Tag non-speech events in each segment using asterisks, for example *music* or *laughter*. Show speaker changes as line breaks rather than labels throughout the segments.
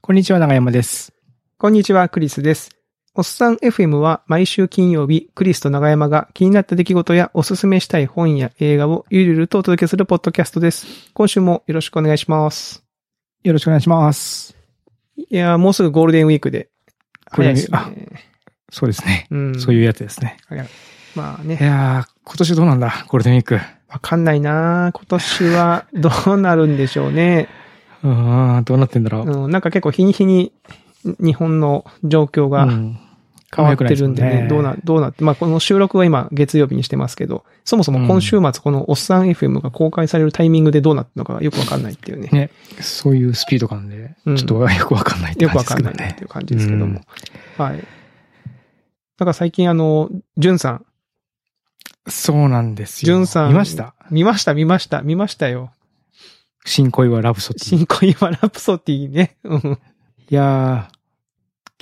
こんにちは、長山です。
こんにちは、クリスです。おっさん FM は毎週金曜日、クリスと長山が気になった出来事やおすすめしたい本や映画をゆるゆるとお届けするポッドキャストです。今週もよろしくお願いします。
よろしくお願いします。
いやー、もうすぐゴールデンウィークで。
ゴールデンウ
早いで
ィー
す
ク
ね。
そうですね。
うん
そういうやつですね。
まあ
い
ね、
やー、今年どうなんだゴールデンウィーク。
わかんないなー今年はどうなるんでしょうね。
うーん、どうなってんだろう。
うん、なんか結構日に日に日本の状況
う
が
ん
変わってるんでね、どうな、どうなって、まあこの収録は今月曜日にしてますけど、そもそも今週末このおっさん FM が公開されるタイミングでどうなってるのかよくわかんないっていうね。
ね、そういうスピード感で、ち
う
ょ
ん
っとよくわかんないって
よく
感
わ
じです
か
け
ん
ど
ないなってい
ね。
う感じですけども。はい。だから最近あの、ジュンさん、
そうなんです
ジ
よ。
ュンさん。
見ました
見ました、見ました、見ましたよ。
新恋はラブソティ。
新恋はラプソディね。うん。
いや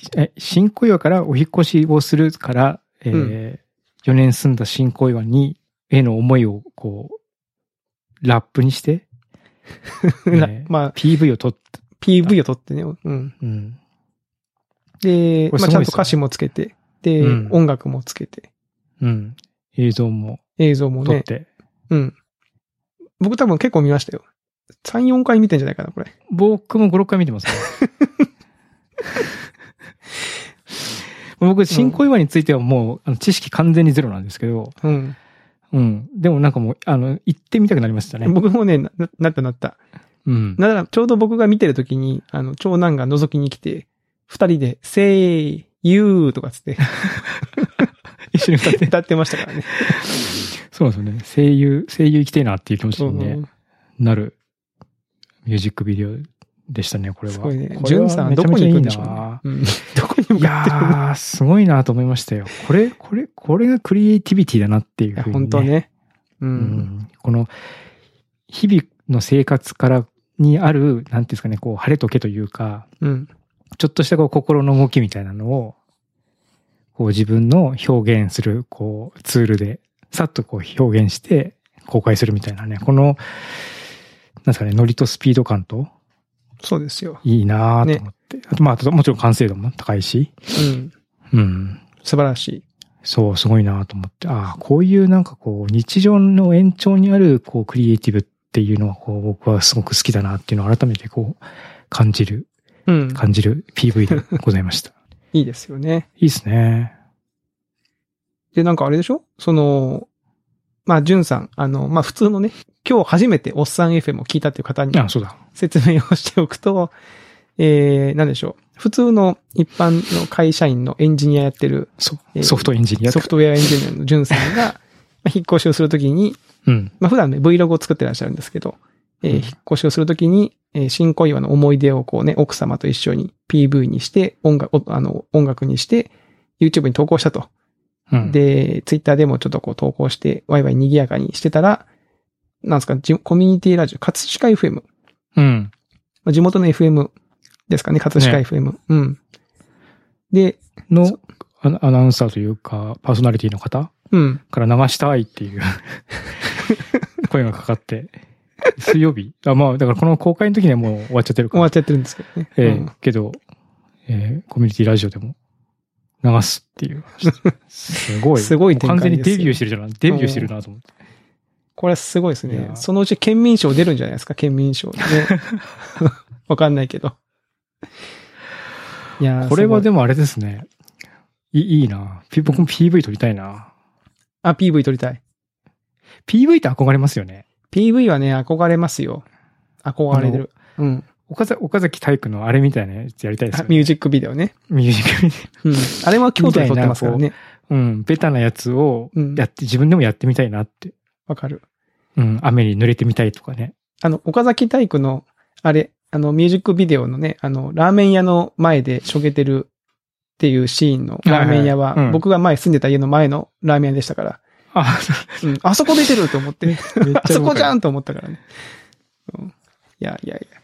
ーえ、新小岩からお引っ越しをするから、えー4年住んだ新小岩に、への思いを、こう、ラップに
*laughs*
して、ね
まあ、
PV を撮った。
PV を撮ってね。うん。
うん。これすごい
で、まあ、ちゃん
ですよね
と歌詞もつけて、で、
うん
音楽もつけて、
うん。映像も
映像も
撮
ね
っ。て。
うん。僕多分結構見ましたよ。3、4回見てんじゃないかな、これ。
僕も5、6回見てますね。 *laughs* 僕、新小岩についてはもう、あの知識完全にゼロなんですけど、
うん。
うん。でもなんかもう、あの、行ってみたくなりましたね。
僕もね、な、なったなった。
うん。
なら、ちょうど僕が見てる時に、あの、長男が覗きに来て、二人で、せー、ゆーとか
*laughs*
つって、
一緒に歌って。
歌ってましたからね。
そうなんですよね。声優、声優行きてえなっていう気持ち
そう
に、ね、なるミュージックビデオでしたね、これは。
すごいね。
こ
ジ
れ
ュ
は
ンさん、どこに行くんでしょう
めちゃめちゃいいな。
ねうん。どこに向
い
かってる
やー、すごいなと思いましたよ。これ、これ、これがクリエイティビティだなっていう
い
ふう
や、
に、ね。
本当ね。う。
うんん。この、日々の生活からにある、なんていうんですかね、こう、晴れとけというか、
うん。
ちょっとしたこう心の動きみたいなのを、こう自分の表現する、こうツールで、さっとこう表現して公開するみたいなね、この、なんですかね、ノリとスピード感と
そうですよ。
いいなぁと思って。あとまあ、あともちろん完成度も高いし、
うん。
うん。
素晴らしい。
そう、すごいなぁと思って。ああ、こういうなんかこう、日常の延長にある、こう、クリエイティブっていうのは、こう、僕はすごく好きだなっていうのを改めてこう、感じる、
うん。
感じる PV でございま *laughs* した。
いいですよね。
いいですね。
で、なんかあれでしょその、まあ、ジュンさん、あの、まあ、普通のね、今日初めておっさん FM を聞いたっていう方に
あ、そうだ。
説明をしておくと、えー、なんでしょう。普通の一般の会社員のエンジニアやってる、
ソ
えー
ソフトエンジニアと
ソ
か
フトウェアエンジニアのジュンさ
*laughs*
んが、まあ引っ越しをするときに、
うん。
まあ、普段ね、Vlog を作ってらっしゃるんですけど、えー
うん
引っ越しをするときに、えー新小岩の思い出をこうね、奥様と一緒に PV にして、音楽、おあの、音楽にして、YouTube に投稿したと。
うん、
で、ツイッターでもちょっとこう投稿して、ワイワイ賑やかにしてたら、なんですか、じコミュニティラジオ、葛飾 FM。ま
うん。
あ地元の FM ですかね、葛飾
ね
FM。うん。で、
のアナアナウンサーというか、パーソナリティの方
うん。
から流したいって *laughs* いう声がかかって、水曜日。あ、まあ、だからこの公開の時にはもう終わっちゃってるか
終
ら。
わっちゃってるんですけどね。
ええ
うん
けど、えーコミュニティラジオでも流すっていう話。 *laughs* すごい。
すごい
もう
展
完全に
開ですよ
デビューしてるじゃん。デビューしてるなと思って。
これはすごいです
い
ね
や。
そのうち県民賞出るんじゃないですか、県民
*laughs*
賞ね。わかんないけど。いやー
これは
す
でもあれですね。いいいな。P- 僕も PV 撮りたいな。
ごいあ、PV 撮りたい。
PV って憧れますよね。
PV はね、憧れますよ。憧れてる。うん。
岡崎岡崎体育のあれみたいなやつやりたいです
あ
よね。
ミュージックビデオね。
ミュージックビデ
うん。あれは京都で撮ってますからね。
オ。うん、ベタなやつを
うん
やって、自分でもやってみたいなって。
わかる。
うん、雨に濡れてみたいとかね。
あの、岡崎体育の、あれ、あの、ミュージックビデオのね、あの、ラーメン屋の前でしょげてるっていうシーンのラーメン屋は、
はいはいうん
僕が前住んでた家の前のラーメン屋でしたから、
あ、
うん、あそこ出てると思 *laughs* って、
*laughs* めっちゃ
あそこじゃ
ん
んと思ったからね。うん、いやいやいや。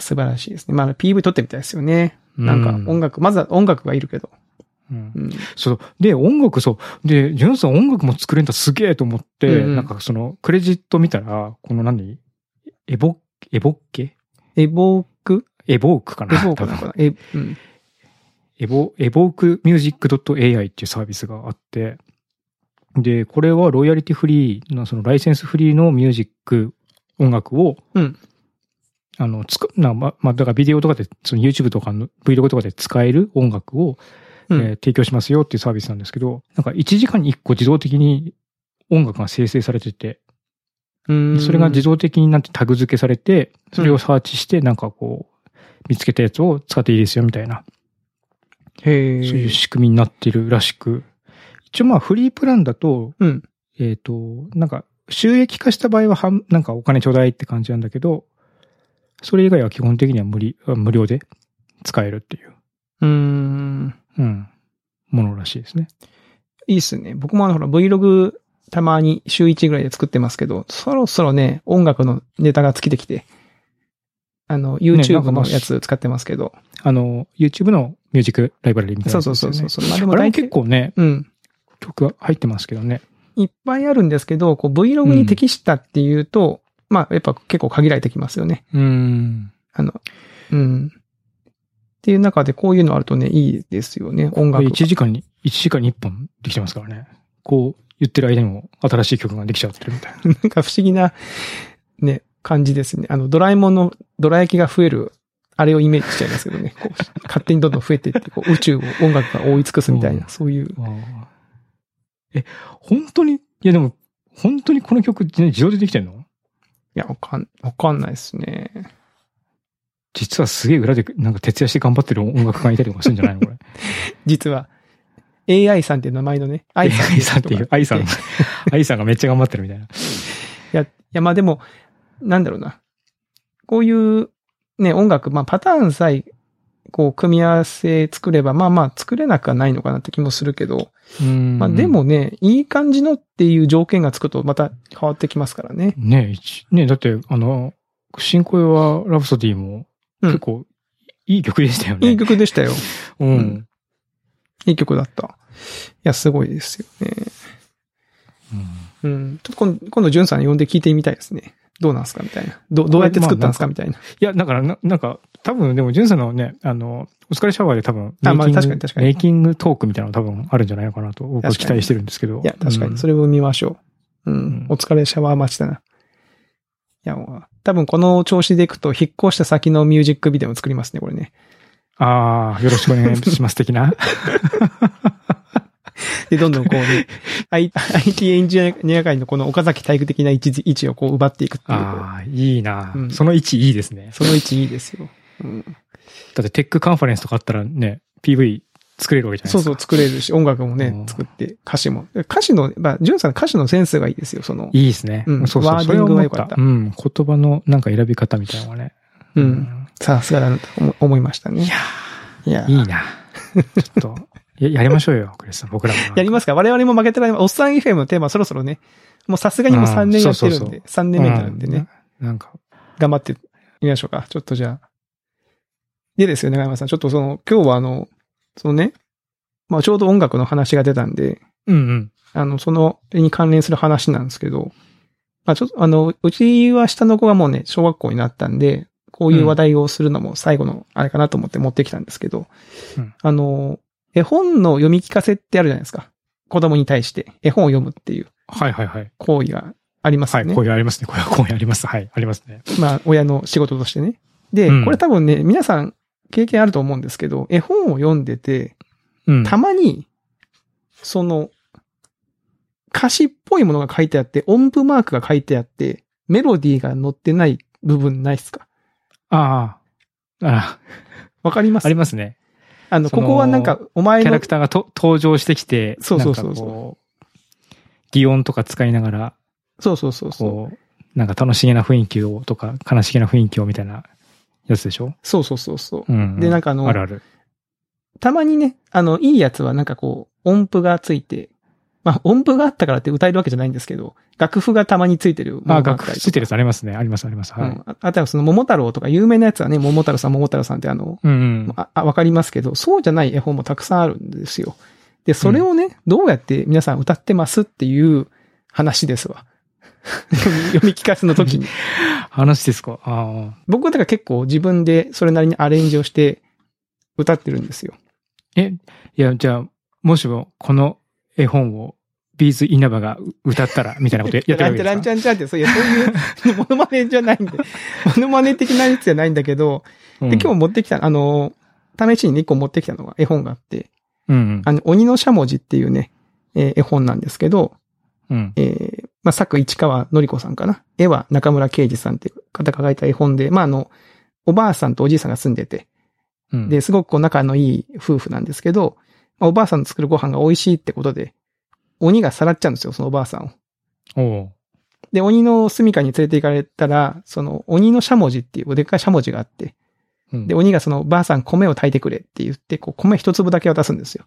素晴らしいですね。まあ、PV 撮ってみたいですよね。なんか音楽、まずは音楽がいるけど。
うん
うん。
そう。で、音楽、そう。で、ジュンさん音楽も作れんだすげえと思って、
うんうん
なんかその、クレジット見たら、この何エボ、エボッケ
エボーク
エボークかな
エボークな
多
のか
分
なえ、うん。
エボ、エボークミュージック .ai っていうサービスがあって、で、これはロイヤリティフリーな、そのライセンスフリーのミュージック、音楽を、
うん
あの、つく、な、ま、まあ、だからビデオとかで、その YouTube とかの Vlog とかで使える音楽を、
うん
えー提供しますよっていうサービスなんですけど、なんか1時間に1個自動的に音楽が生成されてて、
うん
それが自動的になんてタグ付けされて、それをサーチして、なんかこう、見つけたやつを使っていいですよみたいな、
へえ。
そういう仕組みになってるらしく、一応まあフリープランだと、
うん。
えっ、と、なんか収益化した場合は半、なんかお金ちょうだいって感じなんだけど、それ以外は基本的には無理、あ無料で使えるっていう、
うん。
うん、ものらしいですね。
いいっすね。僕もあの、ほら、Vlog たまに週1ぐらいで作ってますけど、そろそろね、音楽のネタが尽きてきて、あの、
なん
YouTube
かまあ
のやつ使ってますけど。
あの、YouTube のミュージックライブラリみたいな
そ
や
う
つです
そ
よ
う
ね、
そうそうそう。まあで
あれも
大体
結構ね、
うん。
曲が入ってますけどね。
いっぱいあるんですけど、こう Vlog に適したっていうと、まあやっぱ結構限られてきますよね。
うん。
あの、うん。っていう中でこういうのあるとね、いいですよね、音
こ
楽
れ
が。
1時間に、1時間に1本できてますからね。こう言ってる間にも新しい曲ができちゃってるみ *laughs* たいな。
なんか不思議な、ね、感じですね。あの、ドラえもんのドラ焼きが増える、あれをイメージしちゃいますけどね。こう勝手にどんどん増えていって、こう宇宙を音楽が覆い尽くすみたいな、そういう。
え、本当に、いやでも、本当にこの曲、ね、自動でできてんの
いや、わかん、わかんないですね。
実はすげえ裏で、なんか徹夜して頑張ってる音楽家がいたりとかするんじゃないのこれ。
実は、AI さんっていう名前のね、
*laughs* 愛
AI
さんっていう、愛さん。愛さんがめっちゃ頑張ってるみたいな。
いや、いや、まあでも、なんだろうな。こういう、ね、音楽、まあパターンさえ、こう、組み合わせ作れば、まあまあ作れなくはないのかなって気もするけど、
うん
まあで、もね、いい感じのっていう条件がつくとまた変わってきますからね。
ね一ねだって、あの、新恋はラブソディも、
うん
結構、いい曲でしたよね。
いい曲でしたよ。
うん。
うんいい曲だった。いや、すごいですよね。
うん
うん。ちょっと今度、今度、ジュンさん呼んで聞いてみたいですね。どうなんすかみたいな。どう、どうやって作ったんすかみたいな。
いや、だからな、なんか、多分、でも、ジュンさんのね、あの、お疲れシャワーで多分、メ
あ
イ
まあ
キング、
確かに確かに
メイキングトークみたいなの多分あるんじゃないかなと、僕は
確かに
期待してるんですけど。
いや、確かに、そ
れ、
れを見ましょう。うん。
うん
お疲れ、シャワー待ちだな。いや、もう多分この調子でいくと、引っ越した先のミュージックビデオを作りますね、これね。
ああ、よろしくお願いします、的
*laughs*
な。
で、どんどんこ
*laughs*
うね、I- IT エンジニア界のこの岡崎体育的な位置位置をこう奪っていくっていう。
ああ、いいな、
うん
その位置いいですね。
その位置いいですよ。うん。
だって、テックカンファレンスとかあったらね、PV 作れるわけじゃない
そ
で
う
すか。
そう、作れるし、音楽も
う
ね、
ん
作って、歌詞も。歌詞の、まあ、ジュンさんの歌詞のセンスがいいですよ、その。
いいですね。
うん
そうそ
ワ
う、
ー
そ
ディ
れ
ン
を
グが
思
良
っ
かった
た。うん、言葉のなんか選び方みたいなのがね。
うん。さすがだなと思思いましたね。いやいや
いいなちょっと、ややりましょうよ、クリスさん、僕らも。
やりますか我々も負けてられます。おっさん FM のテーマそろそろね、もうさすがにもう3年やってる
うんそう
ん
そう
で、3年目になるんでね、
うん。ななんか、
頑張ってみましょうか。ちょっとじゃあ。でですよね、長山さん。ちょっとその、今日はあの、そのね、まあちょうど音楽の話が出たんで、
うんうん。
あの、その、それに関連する話なんですけど、まあちょっと、あの、うちは下の子がもうね、小学校になったんで、こういう話題をするのも最後のあれかなと思って持ってきたんですけど、
うん
あの、絵本の読み聞かせってあるじゃないですか。子供に対して絵本を読むっていう
はいはいはい。
行為があります
は
よ
い、
ね。
こういうありますね。こういう、こういうあります。はい、ありますね。
まあ、親の仕事としてね。で、
うん
これ多分ね、皆さん経験あると思うんですけど、絵本を読んでて、
うん
たまに、その、歌詞っぽいものが書いてあって、音符マークが書いてあって、メロディーが載ってない部分ないですか
ああ。あら、
わかります
ありますね。
あの、
その
ここはなんか、お前
キャ
の
ラ、クターがと登場してきて、
そうそうそ
な
うそう
んかこう。擬音とか使いながら、
そうそうそうそう。
こう、なんか楽しげな雰囲気をとか、悲しげな雰囲気をみたいなやつでしょ
そうそうそうそう。
うん。
で、なんかあの、
あるある。
たまにね、あの、いいやつはなんかこう、音符がついて、まあ、音符があったからって歌えるわけじゃないんですけど、楽譜がたまについてるも
あ
の
あ、
があっ
楽
た
譜
り
つ
と
い
か
てるやつありますね。ありますあります。
う
はい。
ん。ああとはその桃太郎とか有名なやつはね、桃太郎さん、桃太郎さんってあの、
うんうん。
ああわかりますけど、そうじゃない絵本もたくさんあるんですよ。
*laughs*
で、それをね、どうやって皆さん歌ってますっていう話ですわ。読み聞かせの時に。
話ですかああ。
僕はだから結構自分でそれなりにアレンジをして歌ってるんですよ。
え、いや、じゃあ、もしもこの絵本をビーズ稲葉が歌ったら、みたいな
*laughs*
ことやってるわ
ラ
け
ンチ
で
ャ
す
ランチ
か
ャンチャンって、そういやそういうモノマネじ
*laughs*
ゃないんで、モノマネ的なやつじゃないんだけど、
うん
で、今日持ってきた、あの、試しにね一個持ってきたのが絵本があって、
うん
あの、鬼のしゃもじっていうね、えー絵本なんですけど、
うん。
えーまあ、作市川のりこさんかな。絵は中村啓二さんっていう方が書いた絵本で、まあ、あの、おばあさんとおじいさんが住んでて、
うん。
で、すごくこう仲のいい夫婦なんですけど、まあおばあさんの作るご飯が美味しいってことで、鬼がさらっちゃうんですよ、そのおばあさんを。
おう
で、鬼の住処に連れて行かれたら、その鬼のしゃもじっていうでっかいしゃもじがあって、
うん
で、鬼がそのばあさん米を炊いてくれって言って、こう米一粒だけ渡すんですよ。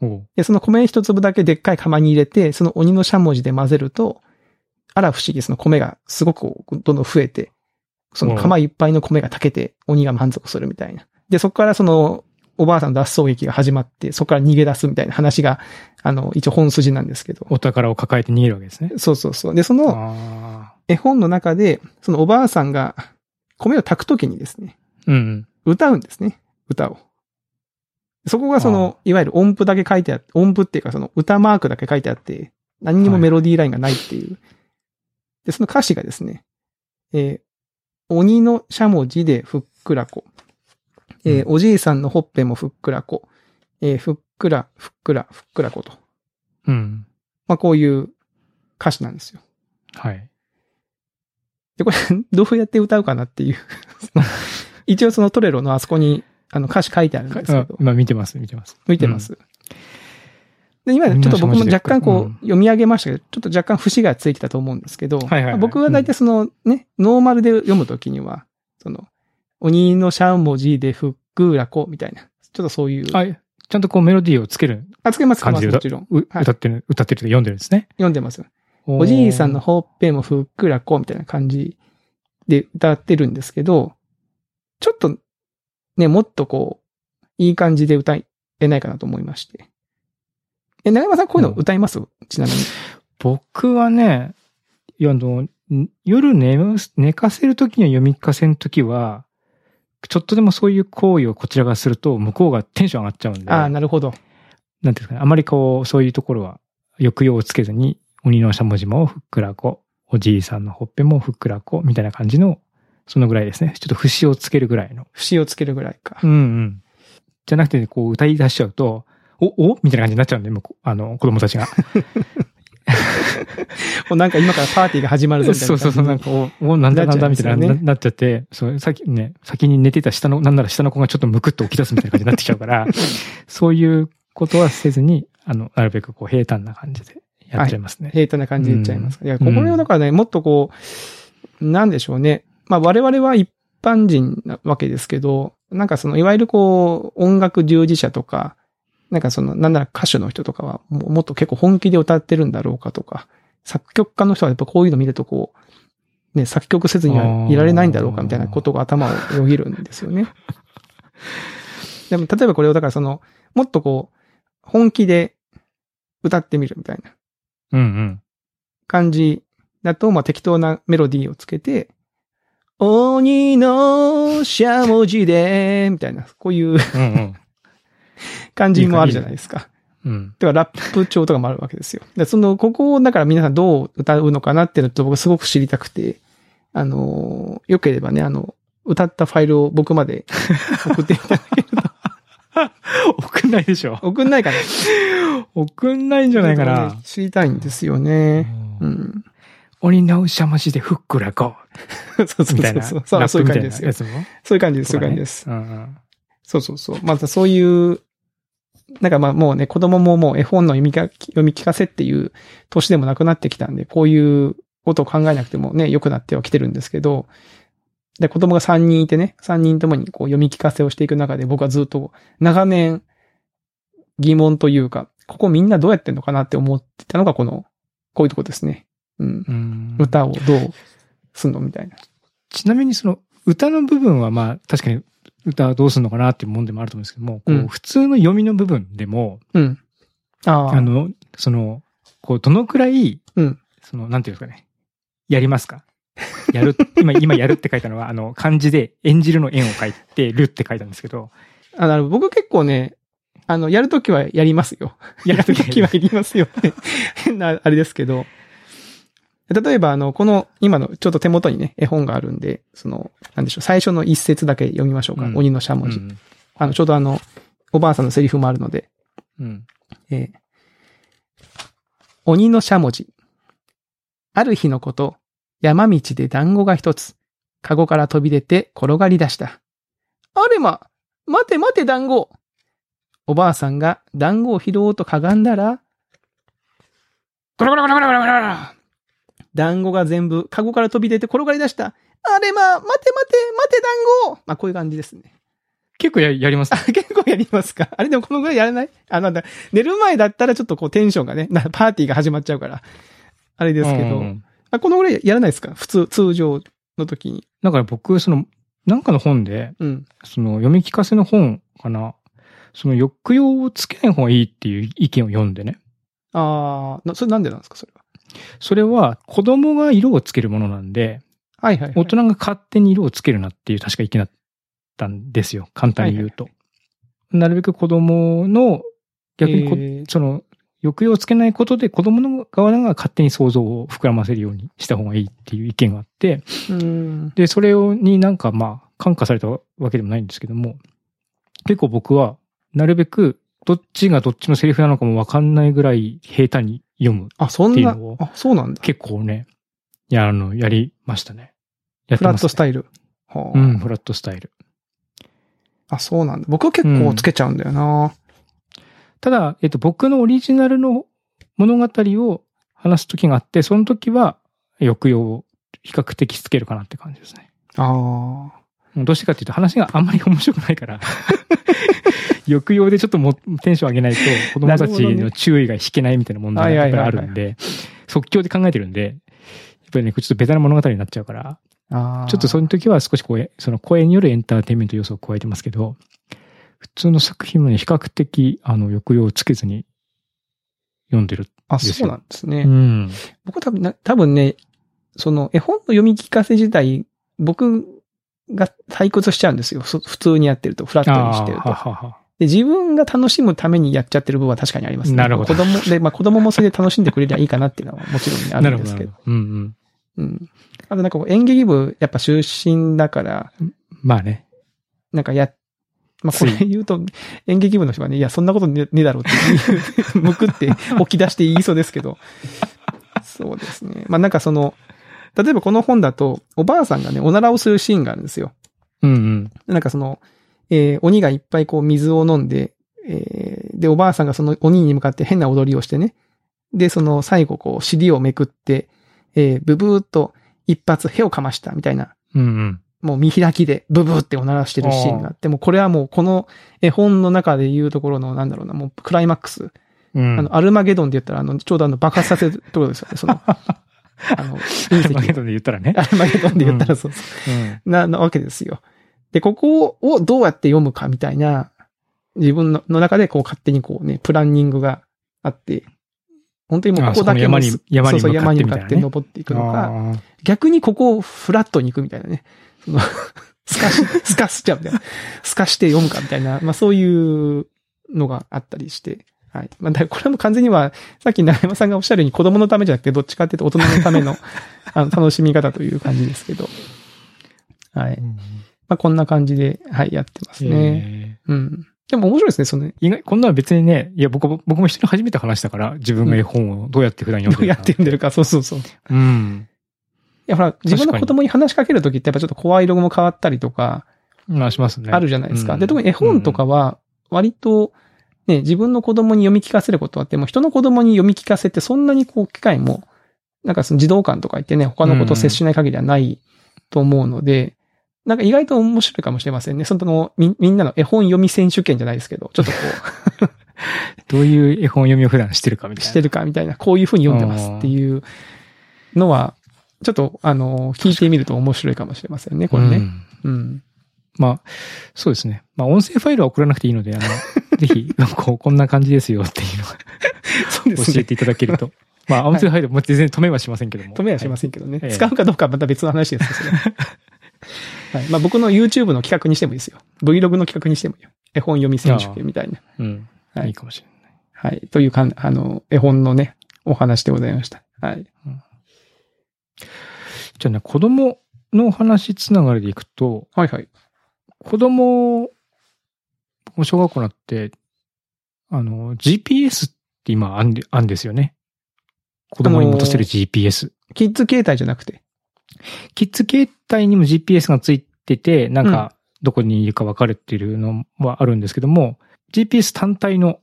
おう
で、その米一粒だけでっかい釜に入れて、その鬼のしゃもじで混ぜると、あら不思議、その米がすごくこうどんどん増えて、その釜いっぱいの米が炊けて、鬼が満足するみたいな。で、そこからその、おばあさんの脱走劇が始まって、そこから逃げ出すみたいな話が、あの、一応本筋なんですけど。
お宝を抱えて逃げるわけですね。
そうそうそう。で、その
ああ。
絵本の中で、そのおばあさんが米を炊くときにですね、
うん。
歌うんですね。歌を。そこがそ
ああ
の、いわゆる音符だけ書いてあって、音符っていうかその歌マークだけ書いてあって、何にもメロディーラインがないっていう。で、その歌詞がですね、えー鬼のしゃもじでふっくらこ。えーおじいさんのほっぺもふっくらこ。えーふっくら、ふっくら、ふっくらこと。
うん。
まあ、こういう歌詞なんですよ。 *laughs*
はい。
で、これ、どうやって歌うかなっていう。 *laughs* その一応そのトレロのあそこに、あの歌詞書いてあるんですけ
あ
ど。
今見てます、見てます。
見てます。で、今ちょっと僕も若干こう読み上げましたけど、ちょっと若干節がついてたと思うんですけど、
はいはいはい
まあ僕は大体そのね、ノーマルで読むときには、その、鬼のしゃもじでふっくらこみたいな、ちょっとそういう、
あ、ちゃんとこうメロディーをつける
あ、つけます、つけ
感
ま
じ
す、
で
も
歌
ちろん。
う
はい
歌ってる、歌ってると読んでるんですね。
読んでます。
お
おじいさんの。ほっぺもふっくらこみたいな感じで歌ってるんですけど、ちょっとね、もっとこう、いい感じで歌えないかなと思いまして。え、長山さんこういうの歌います、ちなみに。
僕はね、いや、あの、ん夜眠寝かせるときには読み聞かせんときは、ちょっとでもそういう行為をこちらがすると、向こうがテンション上がっちゃうんで、
あ
な
あ、
んて
なるほど。
いうんですかね、あまりこう、そういうところは、抑揚をつけずに、鬼のしゃもじもふっくらこ、おじいさんのほっぺもふっくらこ、みたいな感じの、そのぐらいですね。ちょっと節をつけるぐらいの。
節をつけるぐらいか。 *laughs*
うんうん。じゃなくて、こう、歌い出しちゃうと、お、おみたいな感じになっちゃうんで、向こうあの、子供たちが。
もうなんか今からパーティーが始まるぞみたいな
そう
感じ
そうそう、なんか、お、おなんだな
なっ
んだ
ちゃいま
み
す
た
よ
い
ね
な、ななっちゃって、そう、さっきね、先に寝てた下の、なんなら下の子がちょっとむくっと起き出すみたいな感じになってきちゃうから、そういうことはせずに、あの、なるべくこう平坦な感じでやっちゃいますね。
平坦な感じで言っちゃいます。いや、
う
こ
ん
このだからね、もっとこう、なんでしょうね。まあ我々は一般人なわけですけど、なんかその、いわゆるこう、音楽従事者とか、なんかその、なんなら歌手の人とかは、もうもっと結構本気で歌ってるんだろうかとか、作曲家の人はやっぱこういうの見るとこう、ね、作曲せずにはいられないんだろうかみたいなことが頭をよぎるんですよね。でも、例えばこれをだからその、もっとこう、本気で歌ってみるみたいな。
うんうん。
感じだと、まあ、適当なメロディーをつけて、鬼のしゃもじで、みたいな、こういう
うんうん。
感じもあるじゃないですか。 *laughs*
うん。
だからラップ調とかもあるわけですよ。でその、ここを、だから皆さんどう歌うのかなっていうのと僕すごく知りたくて、あのー、良ければね、あの、歌ったファイルを僕まで *laughs* 送っていただけると。
送んないでしょ。
送んないかな
送んないんじゃないかな。
知りたいんですよね。
う
うんん。
鬼のしゃもじでふっくらこ
そうそう
*laughs* う。みたい
そう
な。
そう。そうそういう感じですよ
ラッ。プみたいなやつも
そういう感じです。そういう感じです。
うんうん。
そうそうそう。またそういう、なんかまあもうね、子供ももう絵本の読みか読み聞かせっていう年でもなくなってきたんで、こういうことを考えなくてもね、良くなってはきてるんですけど、で、子供が3人いてね、3人ともにこう読み聞かせをしていく中で僕はずっと長年疑問というか、ここみんなどうやってんのかなって思ってたのがこの、こういうとこですね。うん。
うん
歌をどうすんのみたいな。
ちなみにその歌の部分はまあ確かに歌どうするのかなっていうもんでもあると思うんですけども、こ
うん
う普通の読みの部分でも、
うん。ああ。
あの、その、こうどのくらい、
うん
その、なんていうんですかね、やりますかやる、今、今やるって書いたのは、あの、漢字で演じるの円を書いて、るって書いたんですけど、
あなるほど僕結構ね、あの、やるときはやります
*laughs*
よ。
やると
やるとき
き
は
は、
やりますよって。変な、あれですけど。例えば、あの、この、今の、ちょっと手元にね、絵本があるんで、その、なんでしょう、最初の一節だけ読みましょうか。
うん
鬼のしゃも
う
じ。
ん。
あの、ちょうどあの、おばあさんのセリフもあるので、
うん。
えー鬼のしゃもじ。ある日のこと、山道で団子が一つ、カゴから飛び出て転がり出した。あれま、待て待て団子おばあさんが団子を拾おうとかがんだら、ゴロゴロゴロゴロゴロゴロゴロ団子が全部カゴから飛び出て転がり出した。あれま、待て待て待て団子まあ、こういう感じですね。
結構ややります。
あ結構やりますかあれでもこのぐらいやらないあ、なんだ、寝る前だったらちょっとこうテンションがね、なパーティーが始まっちゃうから、あれですけど、
うん
あこのぐらいやらないですか普通、通常の時に。
だから僕、その、なんかの本で、
うん。
その、読み聞かせの本かな、その、抑揚をつけない方がいいっていう意見を読んでね。
あーなそれなんでなんですかそれは。
それは、子供が色をつけるものなんで、
はいはい、はい。
大人が勝手に色をつけるなっていう確か意見だったんですよ。簡単に言うと。なるべく子供の、逆にこ、
えー
その、抑揚をつけないことで子供の側が勝手に想像を膨らませるようにした方がいいっていう意見があって、
うん。
で、それをになんかまあ、感化されたわけでもないんですけども、結構僕は、なるべく、どっちがどっちのセリフなのかもわかんないぐらい平坦に読む。
あ、そ
っ
ん
ていう
な
のを、
あ、そうなんだ。
結構ね、いや、あの、やりましたね。やっ
フ
てま
ラ
す
ットスタイル。はあ
うん、フラットスタイル。
あ、そうなんだ。僕は結構つけちゃうんだよな、
ただ、えっと、僕のオリジナルの物語を話す時があって、その時は抑揚を比較的つけるかなって感じですね。
ああ。
うんどうしてかっていうと話があんまり面白くない
*laughs*
から、抑揚でちょっともテンション上げないと子供たちの注意が引けないみたいな問題がやっぱりあるんで、即興で考えてるんで、やっぱりね、ちょっとベタな物語になっちゃうから、
ああ。
ちょっとその時は少しこうえその声によるエンターテインメント要素を加えてますけど、普通の作品もね、比較的、あの、抑揚をつけずに読んでる。
あ、
ですよ
そうなんですね。
ん。
僕多分な、多分ね、その絵本の読み聞かせ自体、僕が退屈しちゃうんですよ。そ普通にやってると、フラットにしてる
あーは
と。
はは
で、自分が楽しむためにやっちゃってる部分は確かにありますね。
なるほど
子供、で、まあ子供もそれで楽しんでくれりゃいいかなっていうのはもちろんねあ
な
る
る
ん
ほど。
です
な
け
る
ど。
ほどうんうん。
うん。あとなんかこう演劇部、やっぱ出身だから、
まあね。
なんかや、まあ、こ
つい
れ言うと、演劇部の人がね、いや、そんなことねねえだろうっていう、む *laughs* くって起き出して言いそうですけど。そうですね。まあ、なんかその、例えばこの本だと、おばあさんがね、おならをするシーンがあるんですよ。
うんうん。
なんかその、えー鬼がいっぱいこう水を飲んで、えーで、おばあさんがその鬼に向かって変な踊りをしてね。で、その最後こう尻をめくって、えーブブーっと一発屁をかましたみたいな
うんうん。
もう見開きでブブーっておならしてるシーンがあって、もうこれはもうこの絵本の中で言うところのなんだろうな、もうクライマックス。
うん。
あの、アルマゲドンって言ったら、あの、ちょうどあの爆発させるところですよね、そ
*laughs*
の。あの、
ア *laughs* ル
隕
マゲ
石
ドンで言ったらね。
アルマゲドンで言ったらそうそう
うん。
な、なわけですよ。で、ここをどうやって読むかみたいな、自分のの中でこう勝手にこうね、プランニングがあって、本当にもうここだけ
あその山に
もう
山に
そうそう
向か
山
っ
に
てみたいな
向か
ね
って登っていくのか、
あー
逆にここをフラットに行くみたいなね。そ
*laughs*
のすかし、すかしちゃうみたいな。すかして読むかみたいな。まあそういうのがあったりして。はい。まあだからこれも完全には、さっき長山さんがおっしゃるように子供のためじゃなくて、どっちかっていうと大人のた
*laughs*
めのあの楽しみ方という感じですけど。はい。まあこんな感じで、はい、やってますね。
えー
うん。でも面白いですね、そのね。
意外、こんなの別にね、いや、僕も、僕も人に初めて話したから、自分が絵本をどうやって普段
ど
読ん
う
で
や
る
っ
か。
て読んでるか。そうそうそう。い
うん。
や、ほら、自分の子供に話しかけるときってやっぱちょっと声色も変わったりとか、
まあ、しますね。
あるじゃないですか。
うん
で、特に絵本とかは、割と、ね、自分の子供に読み聞かせることはあっても、人の子供に読み聞かせってそんなにこう、機会も、なんかその児童館とか行ってね、他の子と接しない限りはないと思うので、なんか意外と面白いかもしれませんね。その、み、みんなの絵本読み選手権じゃないですけど、ちょっとこ
どういう絵本読みを普段してるかみ *laughs*
う、
たいな。
してるかみたいな、こういう風に読んでますっていうのは、ちょっと、あの、聞いてみると面白いかもしれませんね、これ
う
ね。
ん
うん。
まあ、そうですね。まあ、音声ファイルは送らなくていいので、 *laughs* あの、ぜひ、こう、こんな感じですよっていうのを
そうです
教え
ね。
ていただけると。まあ、アームツール入るもう全然止めはしませんけども。
止めはしませんけどね。
はい
使うかどうかはまた別の話です *laughs* けど、それははい。まあ僕の YouTube の企画にしてもいいですよ。Vlog の企画にしてもいいよ。絵本読み選手権みたいな。
はい。うん。、
はい
い
い。
かもしれない。
はい。というかん、あの、絵本のね、お話でございました。はい。
じゃあね、子供のお話つながりでいくと、
はいはい。
子供、僕も小学校になって、あの、GPS って今あんで、あんですよね。子供に持たせる GPS。
キッズ携帯じゃなくて。
キッズ携帯にも GPS がついてて、なんか、どこにいるか分かるっていうのはあるんですけども、GPS 単体の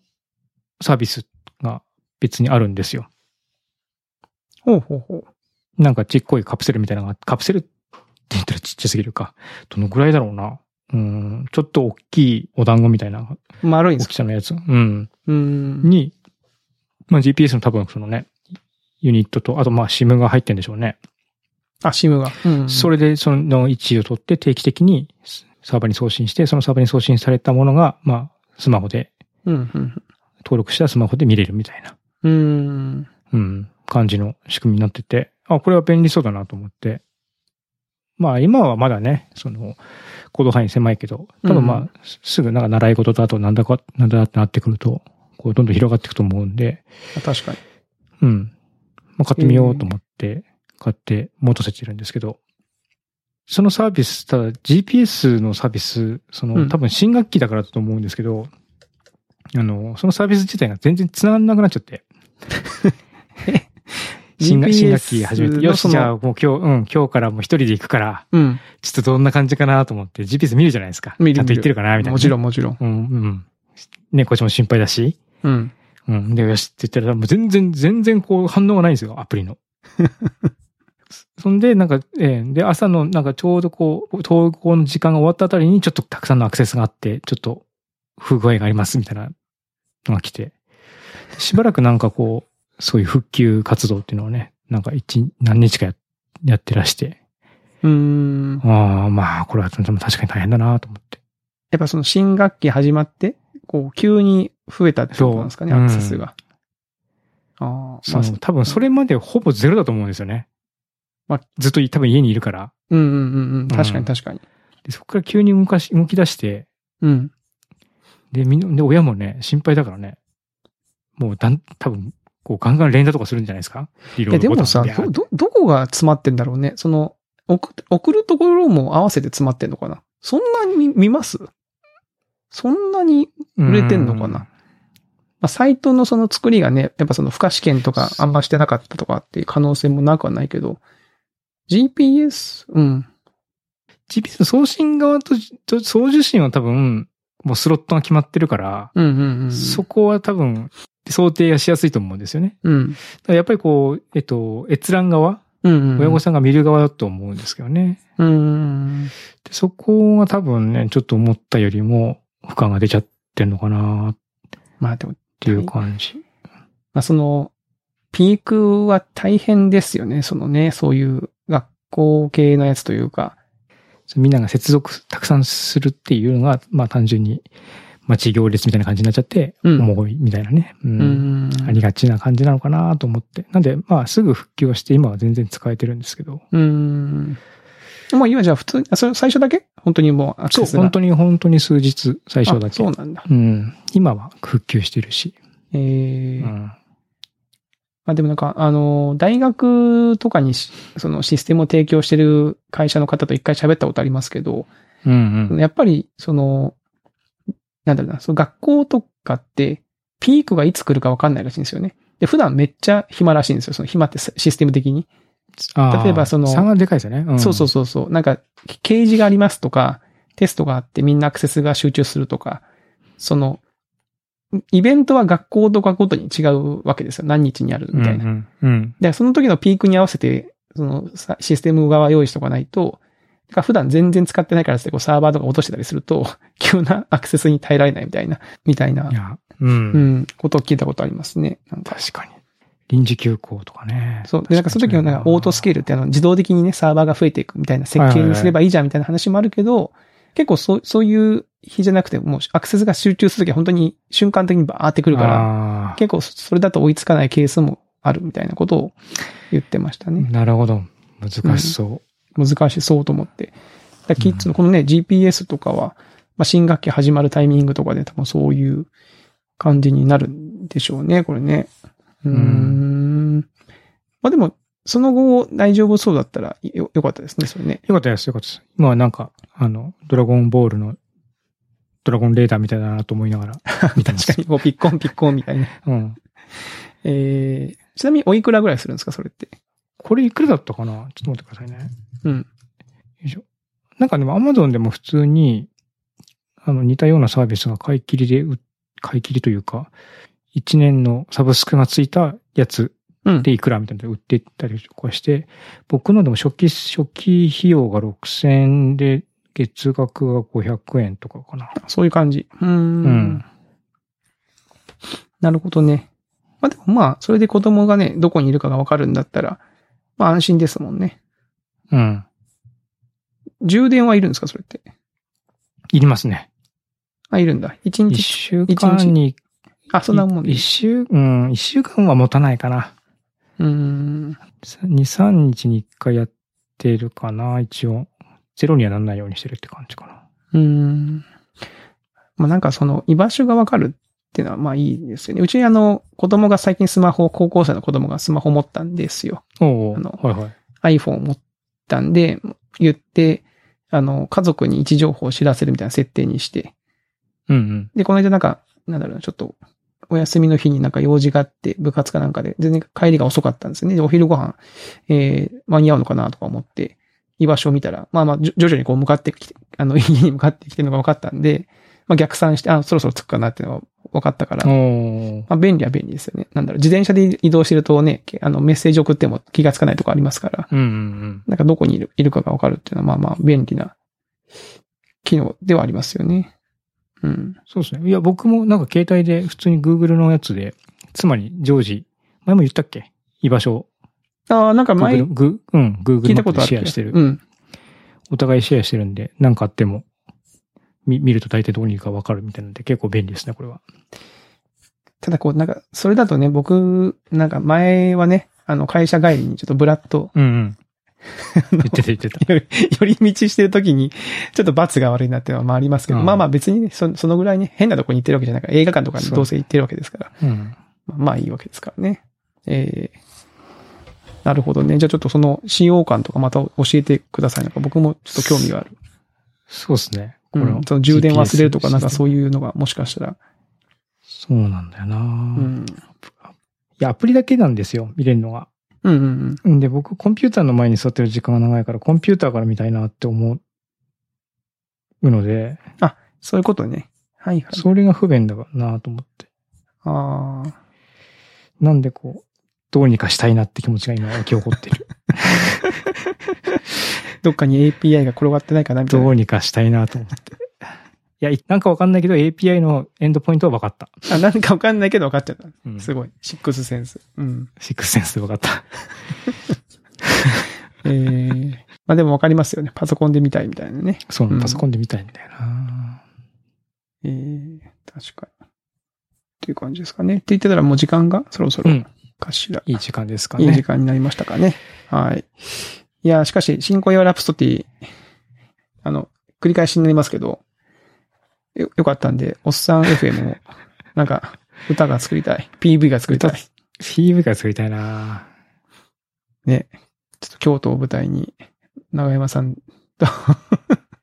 サービスが別にあるんですよ。
ほうほうほう。
なんかちっこいカプセルみたいなのが、カプセルって言ったらちっちゃすぎるか。どのぐらいだろうな。うん、ちょっと大きいお団子みたいな
丸いんで
大
すか
きさのやつ。うん。
うーん。
に、まあ、GPS の多分そのね、ユニットと、あとまあ SIM が入ってんでしょうね。
あ、シムが。うん
そ
れ。
れでその位置を取って定期的にサーバーに送信して、そのサーバーに送信されたものが、まあ、スマホで、
うん、うん。
登録したスマホで見れるみたいな、
うーん。
うん、感じの仕組みになってて、あ、これは便利そうだなと思って。まあ、今はまだね、その、行動範囲狭いけど、多分まあ、
うん
すぐなんか習い事とあとなんだか、なんだってなってくると、こう、どんどん広がっていくと思うんで、
あ確かに。
うん。まあ、買ってみようと思って、買って持たせてるんですけど、そのサービス、ただ GPS のサービス、その、
うん
多分新学期だからだと思うんですけど、あの、そのサービス自体が全然繋がんなくなっちゃって。新学
GPS
新学期始めて、よ
のそ
し、
の
じゃあもう今日、うん、今日からもう一人で行くから、
うん。
ちょっとどんな感じかなと思って GPS 見るじゃないですか。
見る
ちゃんと行ってるかなみたいな。
もちろ
ん。
ん、もちろん。
うん、うん。ね、こっちも心配だし。
うん。
うん。で、よしって言ったら、もう全然、全然こう反応がないんですよ、アプリの。そんで、なんか、えーで、朝の、なんかちょうどこう、投稿の時間が終わったあたりに、ちょっとたくさんのアクセスがあって、ちょっと不具合があります、みたいなのが来て。しばらくなんかこう、そういう復旧活動っていうのをね、なんか一、何日かややってらして、
うーん。
ああ、まあ、これはでも確かに大変だなと思って。
やっぱその新学期始まって、こう、急に増えたってことなんですかね、
そう
アクセスが。ああ、
そ
まあ、
の多分それまでほぼゼロだと思うんですよね。
まあ
ずっと多分家にいるから。
うんうんうんうん。確かに確かに。
で、そこから急に動かし、動き出して、
うん。
で、みんな、で、親もね、心配だからね、もうだん、多分こう、ガンガン連打とかするんじゃないですかリロー
い
ド
や、で
ボタン
もさ
ビャーっ
ど、
て
ど、どこが詰まってんだろうね。その、送って、送るところも合わせて詰まってんのかな。そんなに見見ますそんなに、売れてんのかなまあ、サイトのその作りがね、やっぱその不可試験とかあんましてなかったとかっていう可能性もなくはないけど、GPS、うん。
GPS の送信側と、と送受信は多分、もうスロットが決まってるから、
うんうんうん。
そこは多分、想定がしやすいと思うんですよね。
うん。
だからやっぱりこう、えっと、閲覧側、
うんうん。
親御さんが見る側だと思うんですけどね。
うんうん
でそこが多分ね、ちょっと思ったよりも、負荷が出ちゃってるのかなっ
まあでも、
ていう感じ。
まあその、ピークは大変ですよね。そのね、そういう学校系のやつというか。
みんなが接続たくさんするっていうのが、まあ単純に待ち行列みたいな感じになっちゃって、
うん
重いみたいなね。う
うんん。
ありがちな感じなのかなと思って。なんで、まあすぐ復旧はして今は全然使えてるんですけど。
うん。まあ今じゃあ普通に、あ、それ最初だけ本当にもうアク
そ
セ
う、
スが
本当に本当に数日、最初だ
あ
け。
そうなんだ。
うん。今は復旧してるし。
ええ
う。ん。
まあでもなんか、あの、大学とかにし、そのシステムを提供してる会社の方と一回喋ったことありますけど、
うんうん。
やっぱり、その、なんだろうな、その学校とかって、ピークがいつ来るかわかんないらしいんですよね。で、普段めっちゃ暇らしいんですよ。その暇ってシステム的に。
あー
例えばその
差がでかいですよね。ん
そうそうそうそう。なんか、掲示がありますとか、テストがあってみんなアクセスが集中するとか、その、イベントは学校とかごとに違うわけですよ。何日にあるみたいな。
うんうんうん。、
で、その時のピークに合わせて、そのさシステム側用意しとかないと、だから普段全然使ってないからっつってこうサーバーとか落としてたりすると、 *laughs* 急なアクセスに耐えられないみたいな、みたいない
や、うん。
うん、ことを聞いたことありますね。なんか
確かに。臨時休校とかね。
そう。で、なんかその時のなんかオートスケールってあの自動的にね、サーバーが増えていくみたいな設計にすればいいじゃんみたいな話もあるけど、結構そう、そういう日じゃなくて、もうアクセスが集中するときは本当に瞬間的にバーってくるから、
ら
結構それだと追いつかないケースもあるみたいなことを言ってましたね。
なるほど。難しそう。
難しそうと思って。だからキッズのこのね、GPS とかは、まあ、新学期始まるタイミングとかで多分そういう感じになるんでしょうね、これね。うーん。、
うん
まあでも、その後大丈夫そうだったらよよかったですね、それね。
よかったです、よかったです。今はなんか、あの、ドラゴンボールの、ドラゴンレーダーみたいだなと思いながら *laughs* 見てま
確
す。
かに、こう、ピッコンピッコンみたいな。 *laughs*
に。うん。
えー、ちなみにおいくらぐらいするんですか、それって。
これいくらだったかなちょっと待ってくださいね。よ
うん。
いしょ。なんかでも Amazon でも普通に、あの、似たようなサービスが買い切りで売、買い切りというか、1年のサブスクがついたやつ
うん。
でいくらみたいなので売ってったりとかして、僕のでも初期、初期費用が6000円で、月額が500円とかかな。
そういう感じ。うーん,、
うん
なるほどね。まあでもまあ、それで子供がね、どこにいるかがわかるんだったら、まあ安心ですもんね。
うん。
充電はいるんですか、それって。
いりますね。
あ、いるんだ。一
一
日。
週間に、
あ、そんなもんで
一。週、うん、一週間は持たないかな。
うーん。
二、三日に一回やってるかな、一応。ゼロにはならないようにしてるって感じかな。
うーん。まあなんかその、居場所がわかるっていうのはまあいいですよね。うちあの、子供が最近スマホ、高校生の子供がスマホ持ったんですよ。
おお
あの
はいはい。
iPhone を持ったんで、言って、あの、家族に位置情報を知らせるみたいな設定にして、
うん
で、この間なんか、なんだろうな、ちょっと、お休みの日になんか用事があって、部活かなんかで、全然帰りが遅かったんですよね。でお昼ご飯、えー、間に合うのかなとか思って、居場所を見たら、まあまあ、じょ徐々にこう向かってきて、あの、 *laughs* 家に向かってきてるのが分かったんで、まあ逆算して、あ、そろそろ着くかなっていうのが分かったから、
うん。
ま
おお
あ便利は便利ですよね。なんだろう、自転車で移動してるとね、けあの、メッセージ送っても気がつかないとかありますから、
うんうん
なんかどこにいるいるかが分かるっていうのは、まあまあ便利な機能ではありますよね。うん。
うん。そうですね。いや、僕もなんか携帯で普通に Google のやつで、つまり常時、前も言ったっけ居場所を。
ああ、なんか前
Google、グうん、
聞
Google マッ
いた
プ
こと
で
ある気
シ
が
ェアしてる。
うん。
お互いシェアしてるんで、なんかあっても、見、見ると大体どこにいるかわかるみたいなので、結構便利ですね、これは。
ただこう、なんか、それだとね、僕、なんか前はね、あの、会社帰りにちょっとブラッと、 *laughs*
うんうん。 *laughs* 言ってた言ってた。
寄り寄り道してる時に、ちょっと罰が悪いなっていうのはまあありますけど、
うん
まあまあ別にねそ、そのぐらいね、変なとこに行ってるわけじゃないから、映画館とかにどうせ行ってるわけですから、
うん。
まあまあいいわけですからね。えーなるほどね。じゃあちょっとその使用感とかまた教えてください。なんか僕もちょっと興味がある。
そうですね。
う
は
ん、その充電忘れるとか
GPS
なんかそういうのがもしかしたら。
そうなんだよな、
う
い
ん。
や、アプリだけなんですよ、見れるのが。
うんうんうん。
んで、僕、コンピューターの前に座ってる時間が長いから、コンピューターから見たいなって思うので、
そういうことね。はいはい。
それが不便だなと思って。
ああ。
なんで、こう、どうにかしたいなって気持ちが今、起き起こってる。
どっかに API が転がってないかなみたい
ど
な。
うにかした *laughs* いなと思って。いや、なんかわかんないけど、API のエンドポイントは分かった。
あ、なんかわかんないけど分かっちゃった。
うん
すごい。シックスセンス。
*laughs*
うん。
シックスセンスで分かった。
ええまあでも分かりますよね。パソコンで見たいみたいなね。
そう
うん
パソコンで見たいんだよな、
ええ確かに。っていう感じですかね。って言ってたらもう時間がそろそろ
うん
かしら。
いい時間ですか
い
ね。
い時間になりましたかね。はい。いや、しかし、新婚用ラプソディ、あの、繰り返しになりますけど、よ、よかったんで、おっさん FM も、なんか、歌が作りたい。PV が作りたい。
PV が作りたいな
ね、ちょっと京都を舞台に、長山さんと、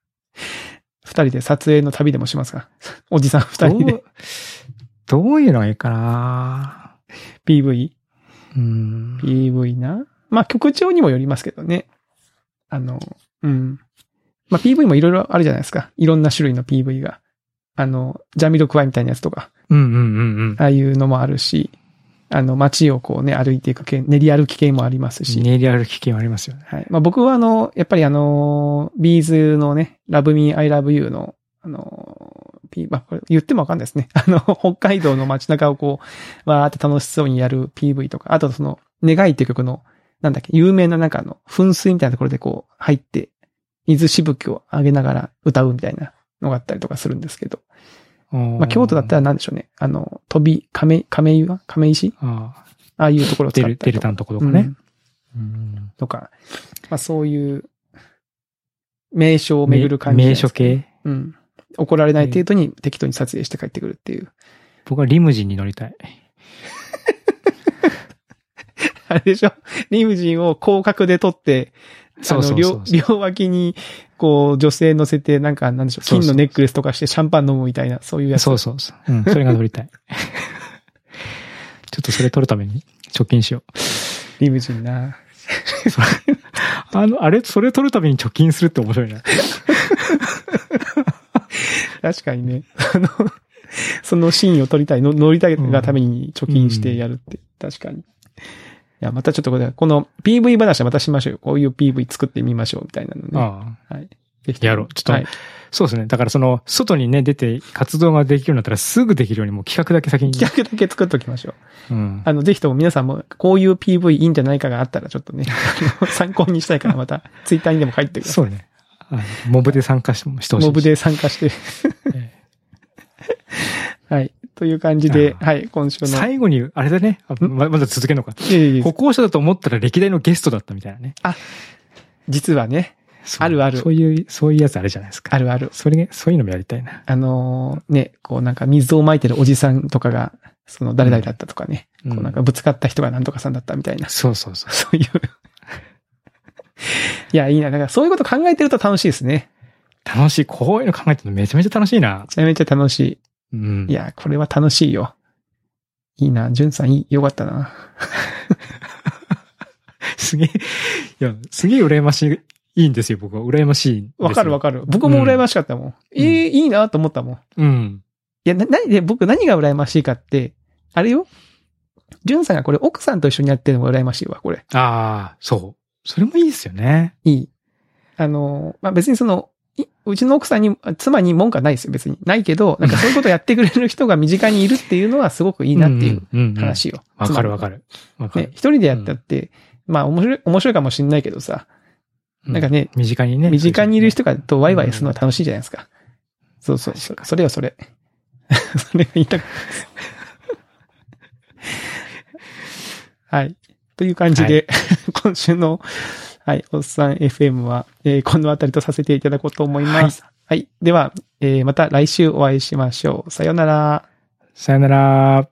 *laughs* 二人で撮影の旅でもしますか。おじさん二人
ど
で
う、どういうのがいいかな
PV、
うん。
PV な。まあ曲調にもよりますけどね。あの、うん。まあ PV もいろいろあるじゃないですか。いろんな種類の PV が。あの、ジャミロクワイみたいなやつとか、
うんうんうんうん。
ああいうのもあるし、あの街をこうね、歩いていく系、練り歩き系もありますし。
練り歩き系はありますよね。
はい。まあ、僕はあの、やっぱりあの、ビーズのね、Love Me, I Love You の、あの、P、まあ、これ言ってもわかんないですね。 *laughs* あの、北海道の街中をこう、わーって楽しそうにやる PV とか、あとその、願いっていう曲の、なんだっけ、有名ななんかあの、噴水みたいなところでこう、入って、水しぶきを上げながら歌うみたいなのがあったりとかするんですけど、
ま
まあ、京都だったら何でしょうね。あの、飛び、亀、亀岩亀石
ああ
ああいうところを使
デ
ったり
ル、
とか
デルタのところとか
う
ね
ん。とか、まあそういう、名称を巡る感じじゃな
名
いです
所
かね、
系
うん。怒られない程度に適当に撮影して帰ってくるっていう。 *laughs*
僕はリムジンに乗りたい。
あれでしょリムジンを広角で撮って、あ
そう
の、
そうそう
両、両脇に、こう、女性乗せて、なんか、なんでしょう、
そうそう
金のネックレスとかしてシャンパン飲むみたいな、そういうやつ。
そうそうそう。うん、それが乗りたい。 *laughs* ちょっとそれ撮るために貯金しよう。
リムジンな。
あの、あれ、それ撮るために貯金するって面白いな。
確かにね。あの、 *laughs* そのシーンを撮りたい、の乗りたいがために貯金してやるって、確かに。いや、またちょっとこれ、この PV 話はまたしましょうよ。こういう PV 作ってみましょう、みたいなのね。
あ
できたら
やろうちょっと
はい
そうですね。だからその、外にね、出て活動ができるようになったらすぐできるようにもう企画だけ先に。
企画だけ作っときましょう。
うん。
あの、ぜひとも皆さんも、こういう PV いいんじゃないかがあったら、ちょっとね、あの *laughs* 参考にしたいから、また、ツイッターにでも書いてくださ
そうね。あのモブで参加してもして
い。
ほしいし。
モブで参加して。
え
*laughs* はい。という感じで、
あー
はい、今週
え。
の。
最後に、あれだね。あままだ続けるのか。
いえいえ
歩行者だと思ったら歴代のゲストだったみたいなね。
実はね、
そう
あるある
そういう、そういうやつあるじゃないですか。
あるある。
それね、そういうのもやりたいな。
あのーね、こうなんか水をまいてるおじさんとかが、その誰々だったとかね、
うん
こうなんかぶつかった人がなんとかさんだったみたいな、 *laughs*
そうそうそう。
そういう。いや、いいな。だからそういうこと考えてると楽しいですね。
楽しい。こういうの考えてるのめちゃめちゃ楽しいな。
めちゃめちゃ楽しい。
うん。
いや、これは楽しいよ。いいな、じゅんさんいい、よかったな。
す *laughs* げえ、いや、すげえ羨ましい、いいんですよ、僕は。羨ましいんですよ。
わかるわ
か
かる。僕も羨ましかったもん。ええいいなと思ったもん。い
る。うん。
や、な、な、で、僕何が羨ましいかって、あれよ。じゅんさんがこれ奥さんと一緒にやってるのが羨ましいわ、これ。
ああ、そう。それもいいですよね。
いい。あの、まあ、別にその、いうちの奥さんに、あ妻に文句はないですよ、別に。ないけど、なんかそういうことやってくれる人が身近にいるっていうのはすごくい
い
いなっていう
うん
話よ。
わかるわ
る。
かる。わか
ね、
る。
一人でやったって、まあ面白い、面白いかもしんないけどさ、
う
なんかね、
身近にね。
身近にいる人がとワイワイするのは楽しいじゃないですか。そうそうそ
確
う。それよ、それ。 *laughs* それが言いたかった。 *laughs* はい。という感じで、 *laughs* 今週の、はい、おっさん FM は、えーこのあたりとさせていただこうと思います。はい。では、えーまた来週お会いしましょう。さようなら。
さよなら。